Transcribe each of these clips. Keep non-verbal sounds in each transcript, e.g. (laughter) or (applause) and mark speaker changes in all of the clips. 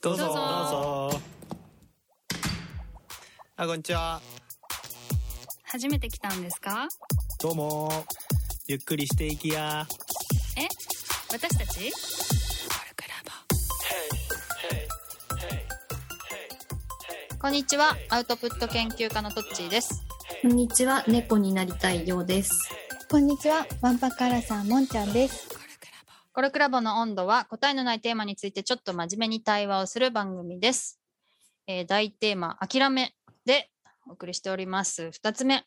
Speaker 1: どうぞ
Speaker 2: どうぞ
Speaker 1: あこんにちは
Speaker 2: 初めて来たんですか
Speaker 1: どうもゆっくりしていきや
Speaker 2: え私たち
Speaker 3: こんにちは、アウトプット研究家のトッチーです。
Speaker 4: こんにちは、猫になりたいようです。
Speaker 5: こんにちは、ワンパクアラサーもんちゃんです。
Speaker 3: コルクラボの温度は答えのないテーマについてちょっと真面目に対話をする番組です。えー大テーマ、諦めでお送りしております。二つ目、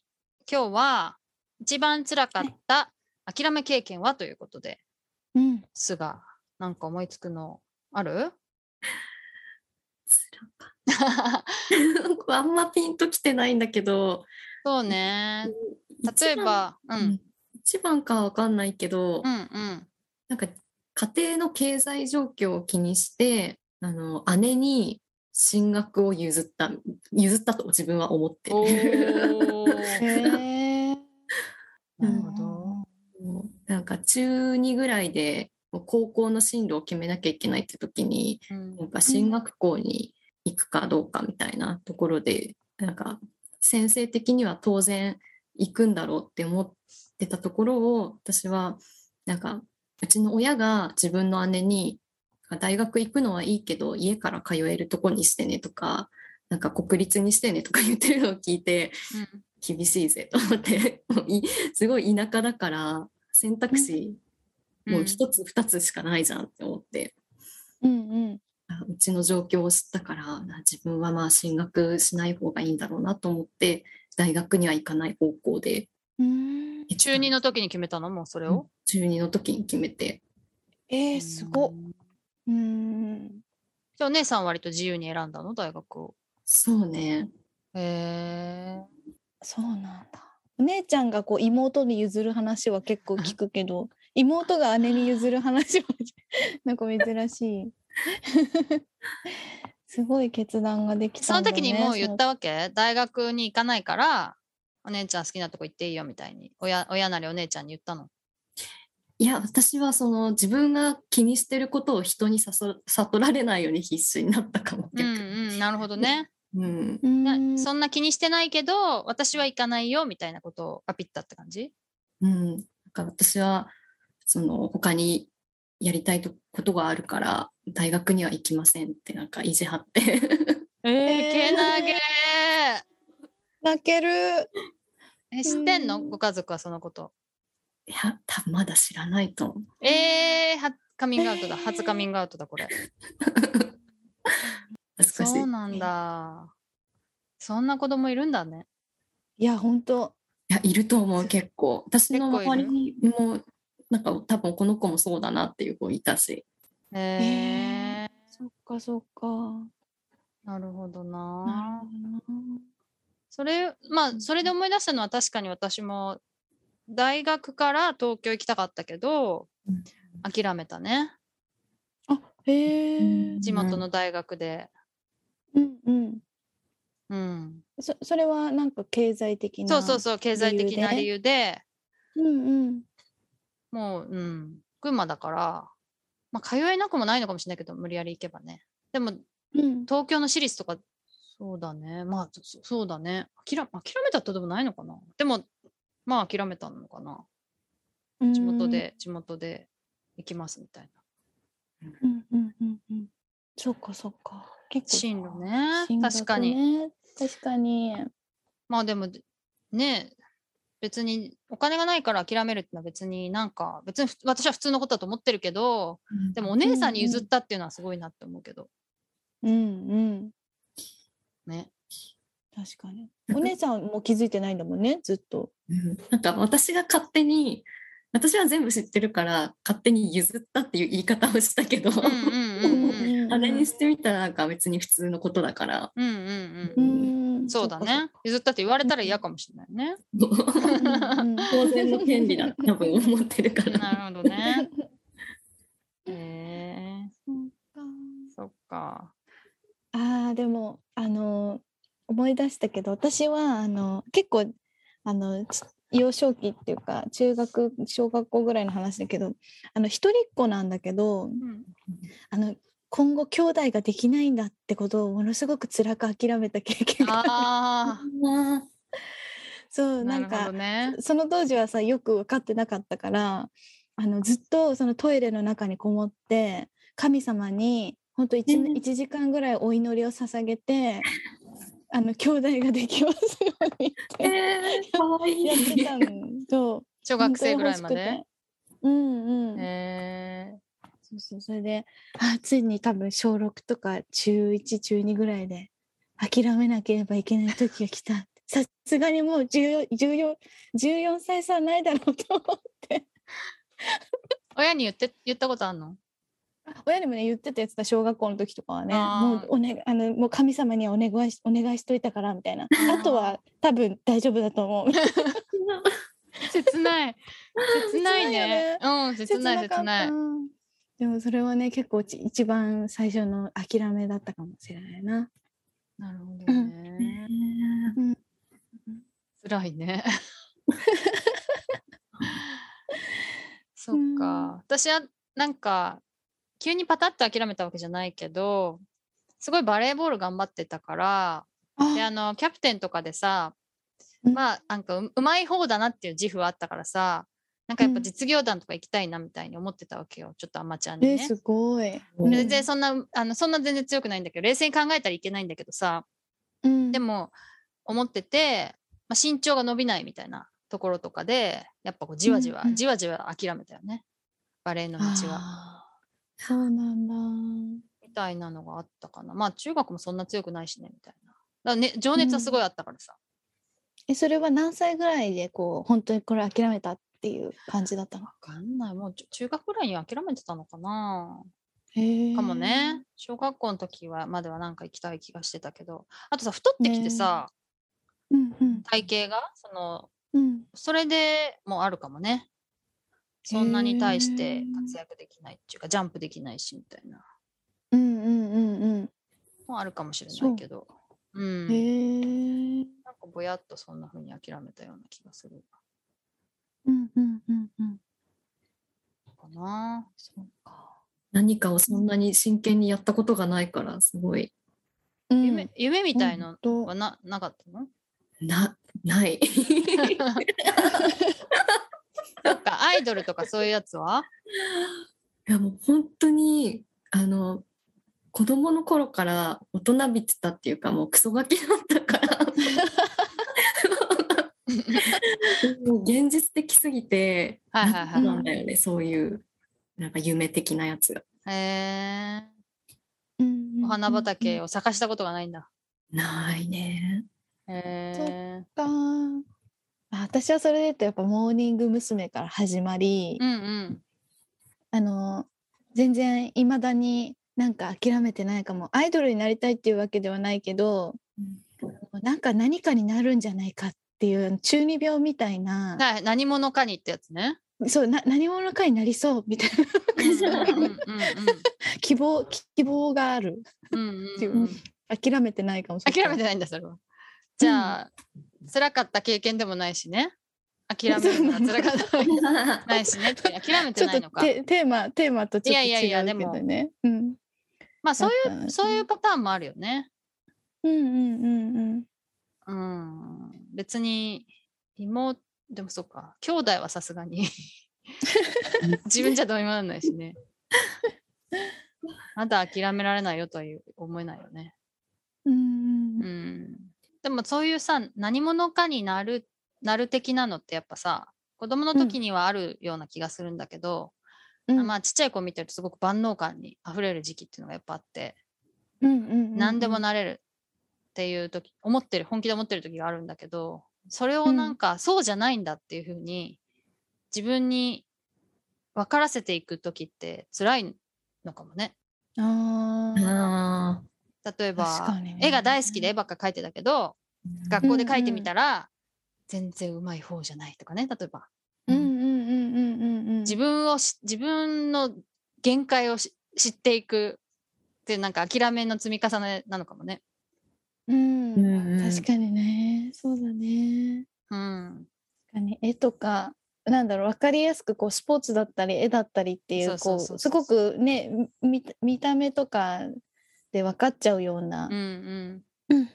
Speaker 3: 今日は一番辛かった諦め経験はということで
Speaker 5: うん。
Speaker 3: すが、なんか思いつくのある
Speaker 4: 辛かった (laughs) あんまピンときてないんだけど、
Speaker 3: そうね。例えば、う
Speaker 4: 一番、
Speaker 3: ん、
Speaker 4: 一番かわかんないけど、
Speaker 3: うん、
Speaker 4: (laughs)
Speaker 3: うん。
Speaker 4: なんか家庭の経済状況を気にして、あの姉に進学を譲った、譲ったと自分は思って
Speaker 3: お
Speaker 4: る。
Speaker 3: ー
Speaker 5: へえ。
Speaker 3: なるほど。
Speaker 4: もうなんか中2ぐらいでもう高校の進路を決めなきゃいけないって時に、
Speaker 3: うん
Speaker 4: なんか進学校に行くかどうかみたいなところで、なんか先生的には当然行くんだろうって思ってたところを私はなんかうちの親が自分の姉に大学行くのはいいけど家から通えるとこにしてねとかなんか国立にしてねとか言ってるのを聞いて
Speaker 3: うん
Speaker 4: 厳しいぜと思ってもういすごい田舎だから選択肢もう一つ二つしかないじゃんって思って。
Speaker 5: うんうん。
Speaker 4: あうちの状況を知ったからな自分はまあ進学しない方がいいんだろうなと思って大学には行かない方向で
Speaker 5: うーん。
Speaker 3: 中二の時に決めたのもうそれを、
Speaker 4: 中2の時に決めて
Speaker 5: えー、すごっ。うーん。
Speaker 3: じゃあお姉さんは割と自由に選んだの大学を。
Speaker 4: そうね
Speaker 3: へえ。
Speaker 5: そうなんだ。お姉ちゃんがこう妹に譲る話は結構聞くけ
Speaker 3: (laughs)
Speaker 5: ど、妹が姉に譲る話は (laughs) なんか珍しい。 (laughs) すごい決断ができ
Speaker 3: そ
Speaker 5: た
Speaker 3: の
Speaker 5: んだ、ね。
Speaker 3: 時にもう言ったわけ大学に行かないからお姉ちゃん好きなとこ行っていいよみたいに親親なりお姉ちゃんに言ったの。
Speaker 4: いや私はその自分が気にしてることを人に悟悟られないように必死になったかも
Speaker 3: うん
Speaker 4: 逆
Speaker 3: うんなるほどね。
Speaker 4: にうん
Speaker 5: うーん。
Speaker 3: なそんな気にしてないけど私は行かないよみたいなことをパピったって感じ
Speaker 4: うんなんか私はその他にやりたいとことがあるから大学には行きませんってなんか意地張って
Speaker 3: えー、けなげー
Speaker 5: 泣ける。
Speaker 3: え知ってんの
Speaker 5: うん
Speaker 3: ご家族はそのこと。
Speaker 4: いや多分まだ知らな
Speaker 3: (laughs)
Speaker 4: いと思う
Speaker 3: えー、はカミングアウトだ
Speaker 5: えー
Speaker 3: 初カミングアウトだこれ。
Speaker 4: 恥ずかしい
Speaker 3: そうなんだ。そんな子供いるんだね。
Speaker 5: いや本当。
Speaker 4: いや、いると思う、結構。私の
Speaker 3: 結構い
Speaker 4: 周
Speaker 3: る
Speaker 4: りにも、なんか多分この子もそうだなっていう子いたし。
Speaker 3: へえ
Speaker 5: そっかそっか。
Speaker 3: なるほど
Speaker 5: な
Speaker 3: な。
Speaker 5: るほどな。
Speaker 3: それまあそれで思い出したのは確かに私も大学から東京行きたかったけど
Speaker 4: うん
Speaker 3: 諦めたね
Speaker 5: あへえ。
Speaker 3: 地元の大学で。
Speaker 5: うんうん。
Speaker 3: うん、
Speaker 5: そそれはなんか経済的
Speaker 3: そう
Speaker 5: な。
Speaker 3: そうそう経済的な理
Speaker 5: 理
Speaker 3: 由で
Speaker 5: う。うんうん。
Speaker 3: もう、うん、群馬だから、まあ、通えなくもないのかもしれないけど無理やり行けばねでも
Speaker 5: うん、
Speaker 3: 東京の私立とかそうだねまあそそうだね諦め諦めたってことでもないのかなでもまあ諦めたのかな地元で地元で行きますみたいな
Speaker 5: うん。うんうんうんうん。そっかそっか。結構
Speaker 3: 進路ね
Speaker 5: 進学
Speaker 3: 確かに
Speaker 5: ね。確かに。
Speaker 3: まあでもね別にお金がないから諦めるってのは別になんか別にふ私は普通のことだと思ってるけどでもお姉さんに譲ったっていうのはすごいなって思うけど
Speaker 5: うんうん。
Speaker 3: ね
Speaker 5: 確かに。お姉さんも気づいてないんだもんね、ずっと。
Speaker 4: うん、なんか私が勝手に、私は全部知ってるから、勝手に譲ったっていう言い方をしたけど、
Speaker 3: うんうんうんうん
Speaker 4: あれにしてみたらなんか別に普通のことだから、
Speaker 3: うんうん
Speaker 5: う
Speaker 3: うん
Speaker 5: ん。
Speaker 3: そうだね譲ったって言われたら嫌かもしれないね
Speaker 4: もう
Speaker 5: そっ
Speaker 3: (laughs)
Speaker 5: かそっか。うんうん
Speaker 4: 当然の権利だ、多分思ってるから。
Speaker 3: なるほどねへえそっか
Speaker 5: (laughs) あーでもあの思い出したけど私はあの結構あのち幼少期っていうか中学小学校ぐらいの話だけどあの一人っ子なんだけど
Speaker 3: うん
Speaker 5: あの今後兄弟ができないんだってことをものすごく辛く諦めた経験が
Speaker 3: あ
Speaker 4: あ
Speaker 5: (laughs) そう
Speaker 3: あ、
Speaker 5: (laughs)
Speaker 3: なん
Speaker 5: な
Speaker 3: るほ
Speaker 5: か
Speaker 3: どね。
Speaker 5: その当時はさよく分かってなかったからあのずっとそのトイレの中にこもって神様に本当一
Speaker 4: うん
Speaker 5: 1時間ぐらいお祈りを捧げてあの兄弟ができますように
Speaker 4: ーえー、かわいい。
Speaker 5: やってたんと
Speaker 3: 小学生ぐらいまで。。
Speaker 5: 本当に欲しくてうんうん、
Speaker 3: え
Speaker 5: そうそうそれであついに多分小6とか中1中2ぐらいで諦めなければいけない時が来たってさすがにもう 14, 14, 14歳差はないだろうと (laughs) 思って
Speaker 3: ー親に言って、言ったことあんの
Speaker 5: 親にもね言ってたやつだ小学校の時とかはね
Speaker 3: あ
Speaker 5: も
Speaker 3: ー
Speaker 5: うお、ね、あのもう神様にはお願いしお願いしといたからみたいなあとは多分大丈夫だと思
Speaker 3: (laughs)
Speaker 5: う (laughs)
Speaker 3: 切ない。切ないね。うん、切
Speaker 5: 切
Speaker 3: な、
Speaker 5: ないか
Speaker 3: 切
Speaker 5: った
Speaker 3: ない。
Speaker 5: でもそれはね結構ち一番最初の諦めだったかもしれないな
Speaker 3: なるほど
Speaker 5: う
Speaker 3: ね。
Speaker 5: うん
Speaker 3: 辛い
Speaker 5: (laughs)
Speaker 3: ね。そっ
Speaker 5: うん
Speaker 3: か。私はなんか急にパタッと諦めたわけじゃないけど、すごいバレーボール頑張ってたから、であのキャプテンとかでさ、
Speaker 5: うん
Speaker 3: まあなんかううまい方だなっていう自負はあったからさ、なんかやっぱ
Speaker 5: うん
Speaker 3: 実業団とか行きたいなみたいに思ってたわけよ。ちょっとアマチュアに
Speaker 5: え
Speaker 3: ね。
Speaker 5: すごい、
Speaker 4: うん
Speaker 3: 全然そんなあのそんな全然強くないんだけど冷静に考えたらいけないんだけどさ
Speaker 5: うん、
Speaker 3: でも思ってて、まあ、身長が伸びないみたいなところとかでやっぱこうじわじわ、
Speaker 5: うんうん
Speaker 3: じわじわ諦めたよねバレエの道は
Speaker 5: あーそうなんだ
Speaker 3: みたいなのがあったかなまあ中学もそんな強くないしねみたいなだから、ね、情熱はすごいあったからさ、
Speaker 5: えそれは何歳ぐらいでこう本当にこれ諦めたっていう感じだったの
Speaker 3: わかんないもうちょ中学ぐらいには諦めてたのかなか
Speaker 5: か
Speaker 3: もね小学校の時はまではなんか行きたい気がしてたけどあとさ太ってきてさ、
Speaker 5: うんうん
Speaker 3: 体型がその
Speaker 5: うん
Speaker 3: それでもあるかもね。そんなに対して活躍できないっていうか、ジャンプできないしみたいな。
Speaker 5: うんうんうんうん
Speaker 3: もあるかもしれないけど。うん。
Speaker 5: へ
Speaker 3: なんか
Speaker 5: え
Speaker 3: ぼやっとそんな風に諦めたような気がする
Speaker 5: うんうんうんうん
Speaker 3: かな。
Speaker 5: そうか
Speaker 4: 何かをそんなに真剣にやったことがないから、すごい。
Speaker 3: 夢夢みたいの
Speaker 5: と
Speaker 3: はななかったの (laughs)
Speaker 4: な、ない。
Speaker 3: そっか、アイドルとかそういうやつ
Speaker 5: (laughs)
Speaker 3: はい
Speaker 4: やもう本当にあの子供の頃から大人びてたっていうかもうクソガキだったからもう現実的すぎて
Speaker 3: はいはいは
Speaker 4: ないんな
Speaker 5: う
Speaker 4: んんだよねそういうなんか夢的なやつが。
Speaker 3: へえ。
Speaker 5: うんうん
Speaker 3: お花畑
Speaker 5: を
Speaker 3: を探したことがないんだ。
Speaker 4: ないね。
Speaker 3: へえ。
Speaker 5: かあ私はそれで言うとやっぱモーニング娘。から始まり、
Speaker 3: うんうん。
Speaker 5: あの全然いまだになんか諦めてないかもアイドルになりたいっていうわけではないけど、なんか何かになるんじゃないかっていう中二病みたいな、
Speaker 3: はい何者かにってやつね。
Speaker 5: そうな何者かになりそうみたいな (laughs)
Speaker 3: うんうんうん
Speaker 5: 希望希望がある
Speaker 3: うん
Speaker 5: (laughs) って
Speaker 3: うん
Speaker 5: いう
Speaker 3: うんうん。
Speaker 5: 諦めてないかもしれない
Speaker 3: 諦めてないんだそれはじゃあ、辛かった経験でもないしね諦めるのは辛かったわけ (laughs) じゃないしねって諦め
Speaker 5: ち
Speaker 3: て
Speaker 5: ょっ
Speaker 3: ない
Speaker 5: と
Speaker 3: のか
Speaker 5: テテーマテーマとちょっと
Speaker 3: い
Speaker 5: 違
Speaker 3: やい
Speaker 5: うけ
Speaker 3: やいや
Speaker 5: ど
Speaker 3: でも
Speaker 5: ねうん
Speaker 3: まあそう
Speaker 5: だった
Speaker 3: い
Speaker 5: ら
Speaker 3: うそういうパターンもあるよね
Speaker 5: うんうんうんうん
Speaker 3: うん別に妹でもそうか兄弟はさすが
Speaker 5: (laughs)
Speaker 3: に自分じゃどうにもならないしねまだ諦められないよとは言う思えないよね
Speaker 5: うんうん
Speaker 3: うんでもそういうさ何者かになるなる的なのってやっぱさ子供の時にはあるような気がするんだけど、
Speaker 5: うん
Speaker 3: まあちっちゃい子見てるとすごく万能感にあふれる時期っていうのがやっぱあって、
Speaker 5: うんうんうん
Speaker 3: 何でもなれるっていう時思ってる本気で思ってる時があるんだけどそれをなんか、そうじゃないんだっていうふうに自分に分からせていく時って辛いのかもね。
Speaker 5: あー
Speaker 4: あ
Speaker 3: 例え
Speaker 5: 確
Speaker 3: ば
Speaker 5: か、にね
Speaker 3: 絵が大好きで絵ばっか描いてたけど
Speaker 4: ー
Speaker 3: 学校で書いてみたら、全然うまい方じゃないとかね例えば
Speaker 5: うんうんうんうんうんうん
Speaker 3: 自分をし自分の限界をし知っていくっていうなんか諦めの積み重ねなのかもね。
Speaker 5: うん
Speaker 4: うんうん
Speaker 5: 確かにねそうだね
Speaker 3: うん、
Speaker 5: 確かに絵とかなんだろう分かりやすくこうスポーツだったり絵だったりってい
Speaker 3: そう
Speaker 5: う
Speaker 3: そ
Speaker 5: こ
Speaker 3: うそう
Speaker 5: う
Speaker 3: そ
Speaker 5: す
Speaker 3: う
Speaker 5: ごくね見た見た目とかで分かっちゃうような
Speaker 3: うんうん。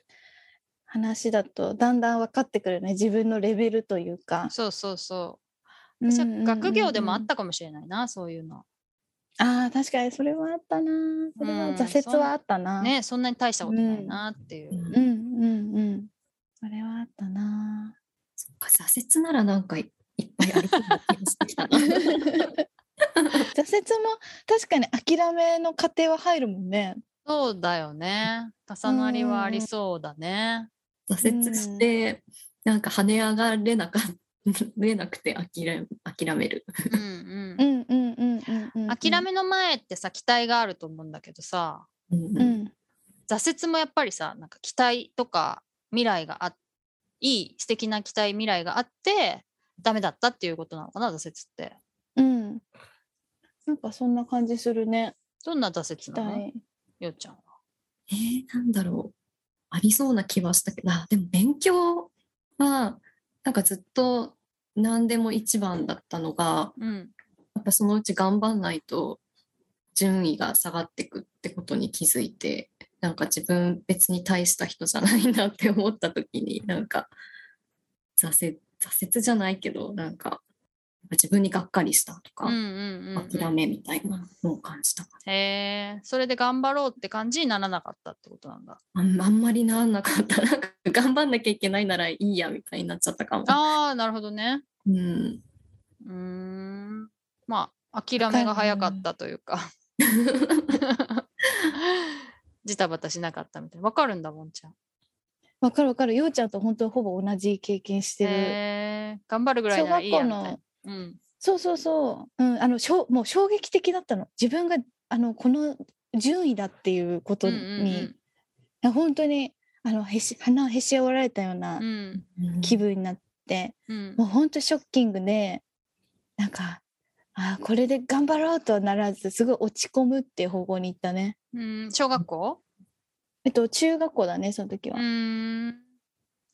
Speaker 5: 話だとだんだん分かってくるね自分のレベルというか。
Speaker 3: そうそうそう。
Speaker 5: うん
Speaker 3: 私は
Speaker 5: うん
Speaker 3: 学業でもあ
Speaker 5: うんう
Speaker 3: っ
Speaker 5: ん
Speaker 3: たかもしれないな、そういうの。
Speaker 5: あー確かにそれはあったなそれは
Speaker 3: うん
Speaker 5: 挫
Speaker 3: そ
Speaker 5: 折
Speaker 3: ん
Speaker 5: はあったな、
Speaker 3: ね、そんなに大したことないなっていう。
Speaker 5: うんうんうんそれはあったな
Speaker 4: そっか挫折ならなんかいっぱいあるかも気がしてきたな
Speaker 5: 挫折も確かに諦めの過程は入るもんね
Speaker 3: そうだよね。重なりはありそうだね。
Speaker 4: 挫折してなんか跳ね上がれなか (laughs) れなくて諦め諦める。
Speaker 3: うんう。
Speaker 5: うんんうんうんうんうんうん
Speaker 3: 諦めの前ってさ、期待があると思うんだけどさ、
Speaker 4: うん
Speaker 5: う
Speaker 4: うん
Speaker 5: ん
Speaker 3: 挫折もやっぱりさ、なんか期待とか未来があいい素敵な期待未来があって、ダメだったっていうことなのかな、挫折って。
Speaker 5: うんなんかそんな感じするね
Speaker 3: どんな挫
Speaker 5: 期
Speaker 3: 折なの
Speaker 5: 待
Speaker 3: ようちゃんは。
Speaker 4: えー、なんだろうありそうな気はしたけどあでも勉強はなんかずっと何でも一番だったのが
Speaker 3: うん。
Speaker 4: やっぱそのうち頑張んないと順位が下がってくってことに気づいてなんか自分別に大した人じゃないなって思った時になんか挫折挫折じゃないけどなんか自分にがっかりした
Speaker 3: う
Speaker 4: と
Speaker 3: ん
Speaker 4: か
Speaker 3: う、んうん、
Speaker 4: 諦めみたいなのを感じたか
Speaker 3: へえ、それで頑張ろうって感じにならなかったってことなんだ。
Speaker 4: なあんあんまりなんなかった (laughs) なんか頑張んなきゃいけないならいいやみたいになっちゃったかも。
Speaker 3: ああ、なるほどね。
Speaker 4: うん、
Speaker 3: うーん。まあ、諦めが早かったというか。 (laughs) ジタバタしなかったみたいな。わかるんだもんちゃん。
Speaker 5: わかるわかるようちゃんと本当ほぼ同じ経験してる
Speaker 3: へえ、頑張るぐらい
Speaker 5: 小
Speaker 3: ならいい
Speaker 5: 学
Speaker 3: や
Speaker 5: 校
Speaker 3: みたいな
Speaker 5: の。
Speaker 3: うん。
Speaker 5: そうそうそう、うん、あのしょうもう衝撃的だったの自分があのこの順位だっていうことに、いや本当にあのへし鼻をへし折られたような
Speaker 3: うんうん
Speaker 5: 気分になって、
Speaker 3: うん。
Speaker 5: もう本当ショッキングでなんかあーこれで頑張ろうとはならずすごい落ち込むっていう方向に行ったね。
Speaker 3: うん。うん小学校
Speaker 5: えっと中学校だねその時は
Speaker 3: う。ーん。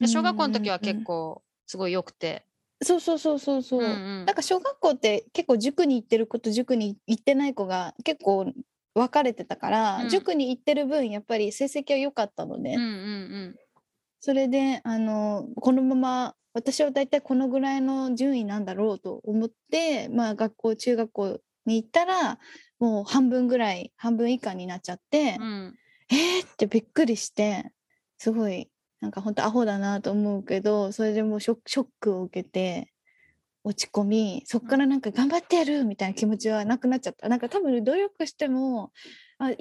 Speaker 3: で小学校の時は結構すごい良くて。
Speaker 5: そうそうそうそうそう。
Speaker 3: うんうん
Speaker 5: なんか小学校って結構塾に行ってる子と塾に行ってない子が結構分かれてたから、
Speaker 3: うん
Speaker 5: 塾に行ってる分やっぱり成績は良かったので、
Speaker 3: うんうん
Speaker 5: それであのこのまま私は大体このぐらいの順位なんだろうと思って、まあ、学校中学校に行ったらもう半分ぐらい半分以下になっちゃって、
Speaker 3: うん。うん。
Speaker 5: えーってびっくりしてすごいなんか本当アホだなと思うけどそれでもうショックショックを受けて落ち込みそっからなんか頑張ってやるみたいな気持ちはなくなっちゃったなんか多分努力してもあ1は1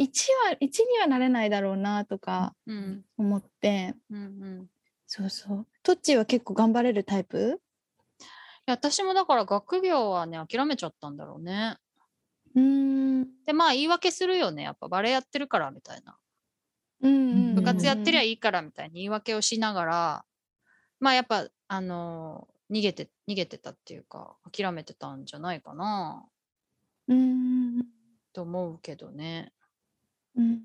Speaker 5: にはなれないだろうなとか
Speaker 3: うん
Speaker 5: 思って
Speaker 3: うんうん。
Speaker 5: そうそうトッチーは結構頑張れるタイプ
Speaker 3: いや私もだから学業はね諦めちゃったんだろうね。
Speaker 5: うーん
Speaker 3: でまあ言い訳するよねやっぱバレエやってるからみたいな
Speaker 5: うん
Speaker 3: 部活やってりゃ
Speaker 5: いい
Speaker 3: いいからみたいに言い訳をしながらまあやっぱあのー逃げて逃げてたっていうか諦めてたんじゃないかな
Speaker 5: うん
Speaker 3: と思うけどね。
Speaker 5: うん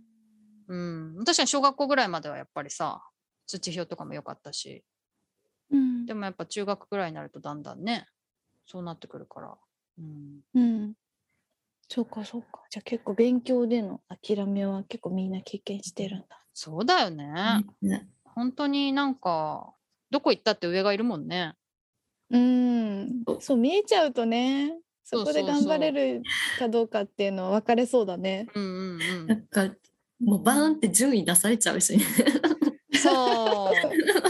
Speaker 3: うん確かに小学校ぐらいまではやっぱりさ通知表とかも良かったし
Speaker 5: うん
Speaker 3: でもやっぱ中学ぐらいになるとだんだんねそうなってくるから。うん
Speaker 5: うんそうかそうかじゃあ結構勉強での諦めは結構みんな経験してるんだ
Speaker 3: そうだよね。
Speaker 4: ね
Speaker 3: 本当になんかどこ行ったって上がいるもんね。
Speaker 5: うん
Speaker 4: そう
Speaker 5: そう見えちゃうとね
Speaker 3: そ
Speaker 5: そうこで
Speaker 3: そうそう
Speaker 5: 頑張れるかどうかっていうのは分かれそうだね
Speaker 3: うんうんうん
Speaker 4: な。んかもうバーンって順位出されちゃうし、ね、
Speaker 3: そう。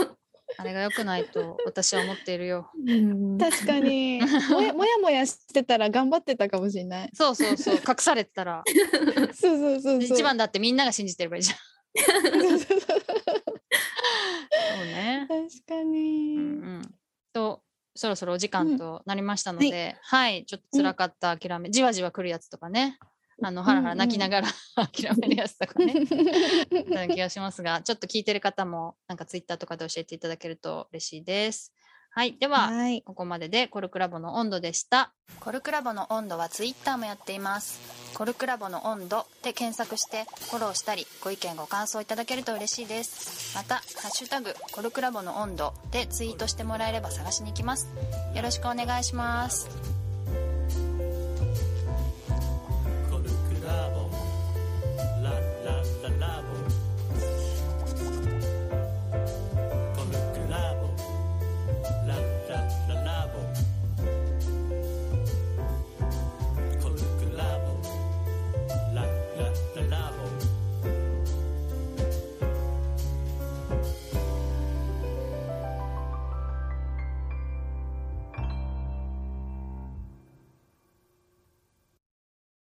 Speaker 3: (laughs) あれが良くないと私は思っているよ。
Speaker 4: うん
Speaker 5: 確かにもやもやもやしてたら頑張ってたかもしれない
Speaker 3: そうそうそう。隠されてたら。
Speaker 5: そうそうそうそう
Speaker 3: 一番だってみんなが信じてればいいじゃん。
Speaker 5: そうそうそう
Speaker 3: そうね。
Speaker 5: 確か
Speaker 3: うんう
Speaker 5: に
Speaker 3: ん。と、そろそろお時間となりましたの
Speaker 5: は
Speaker 3: で、はい、ちょっと辛かった諦め、じわじわ来るやつとかね。あの、ハラハラ泣きながら (laughs) 諦めるやつとかね。なような気がしますが、ちょっと聞いてる方も、なんかツイッターとかで教えていただけると嬉しいです。はい。では、
Speaker 5: はい。
Speaker 3: ここまででコルクラボの温度でした。コルクラボの温度はツイッターもやっています。コルクラボの温度で検索してフォローしたり、ご意見ご感想いただけると嬉しいです。また、ハッシュタグコルクラボの温度でツイートしてもらえれば探しに行きます。よろしくお願いします。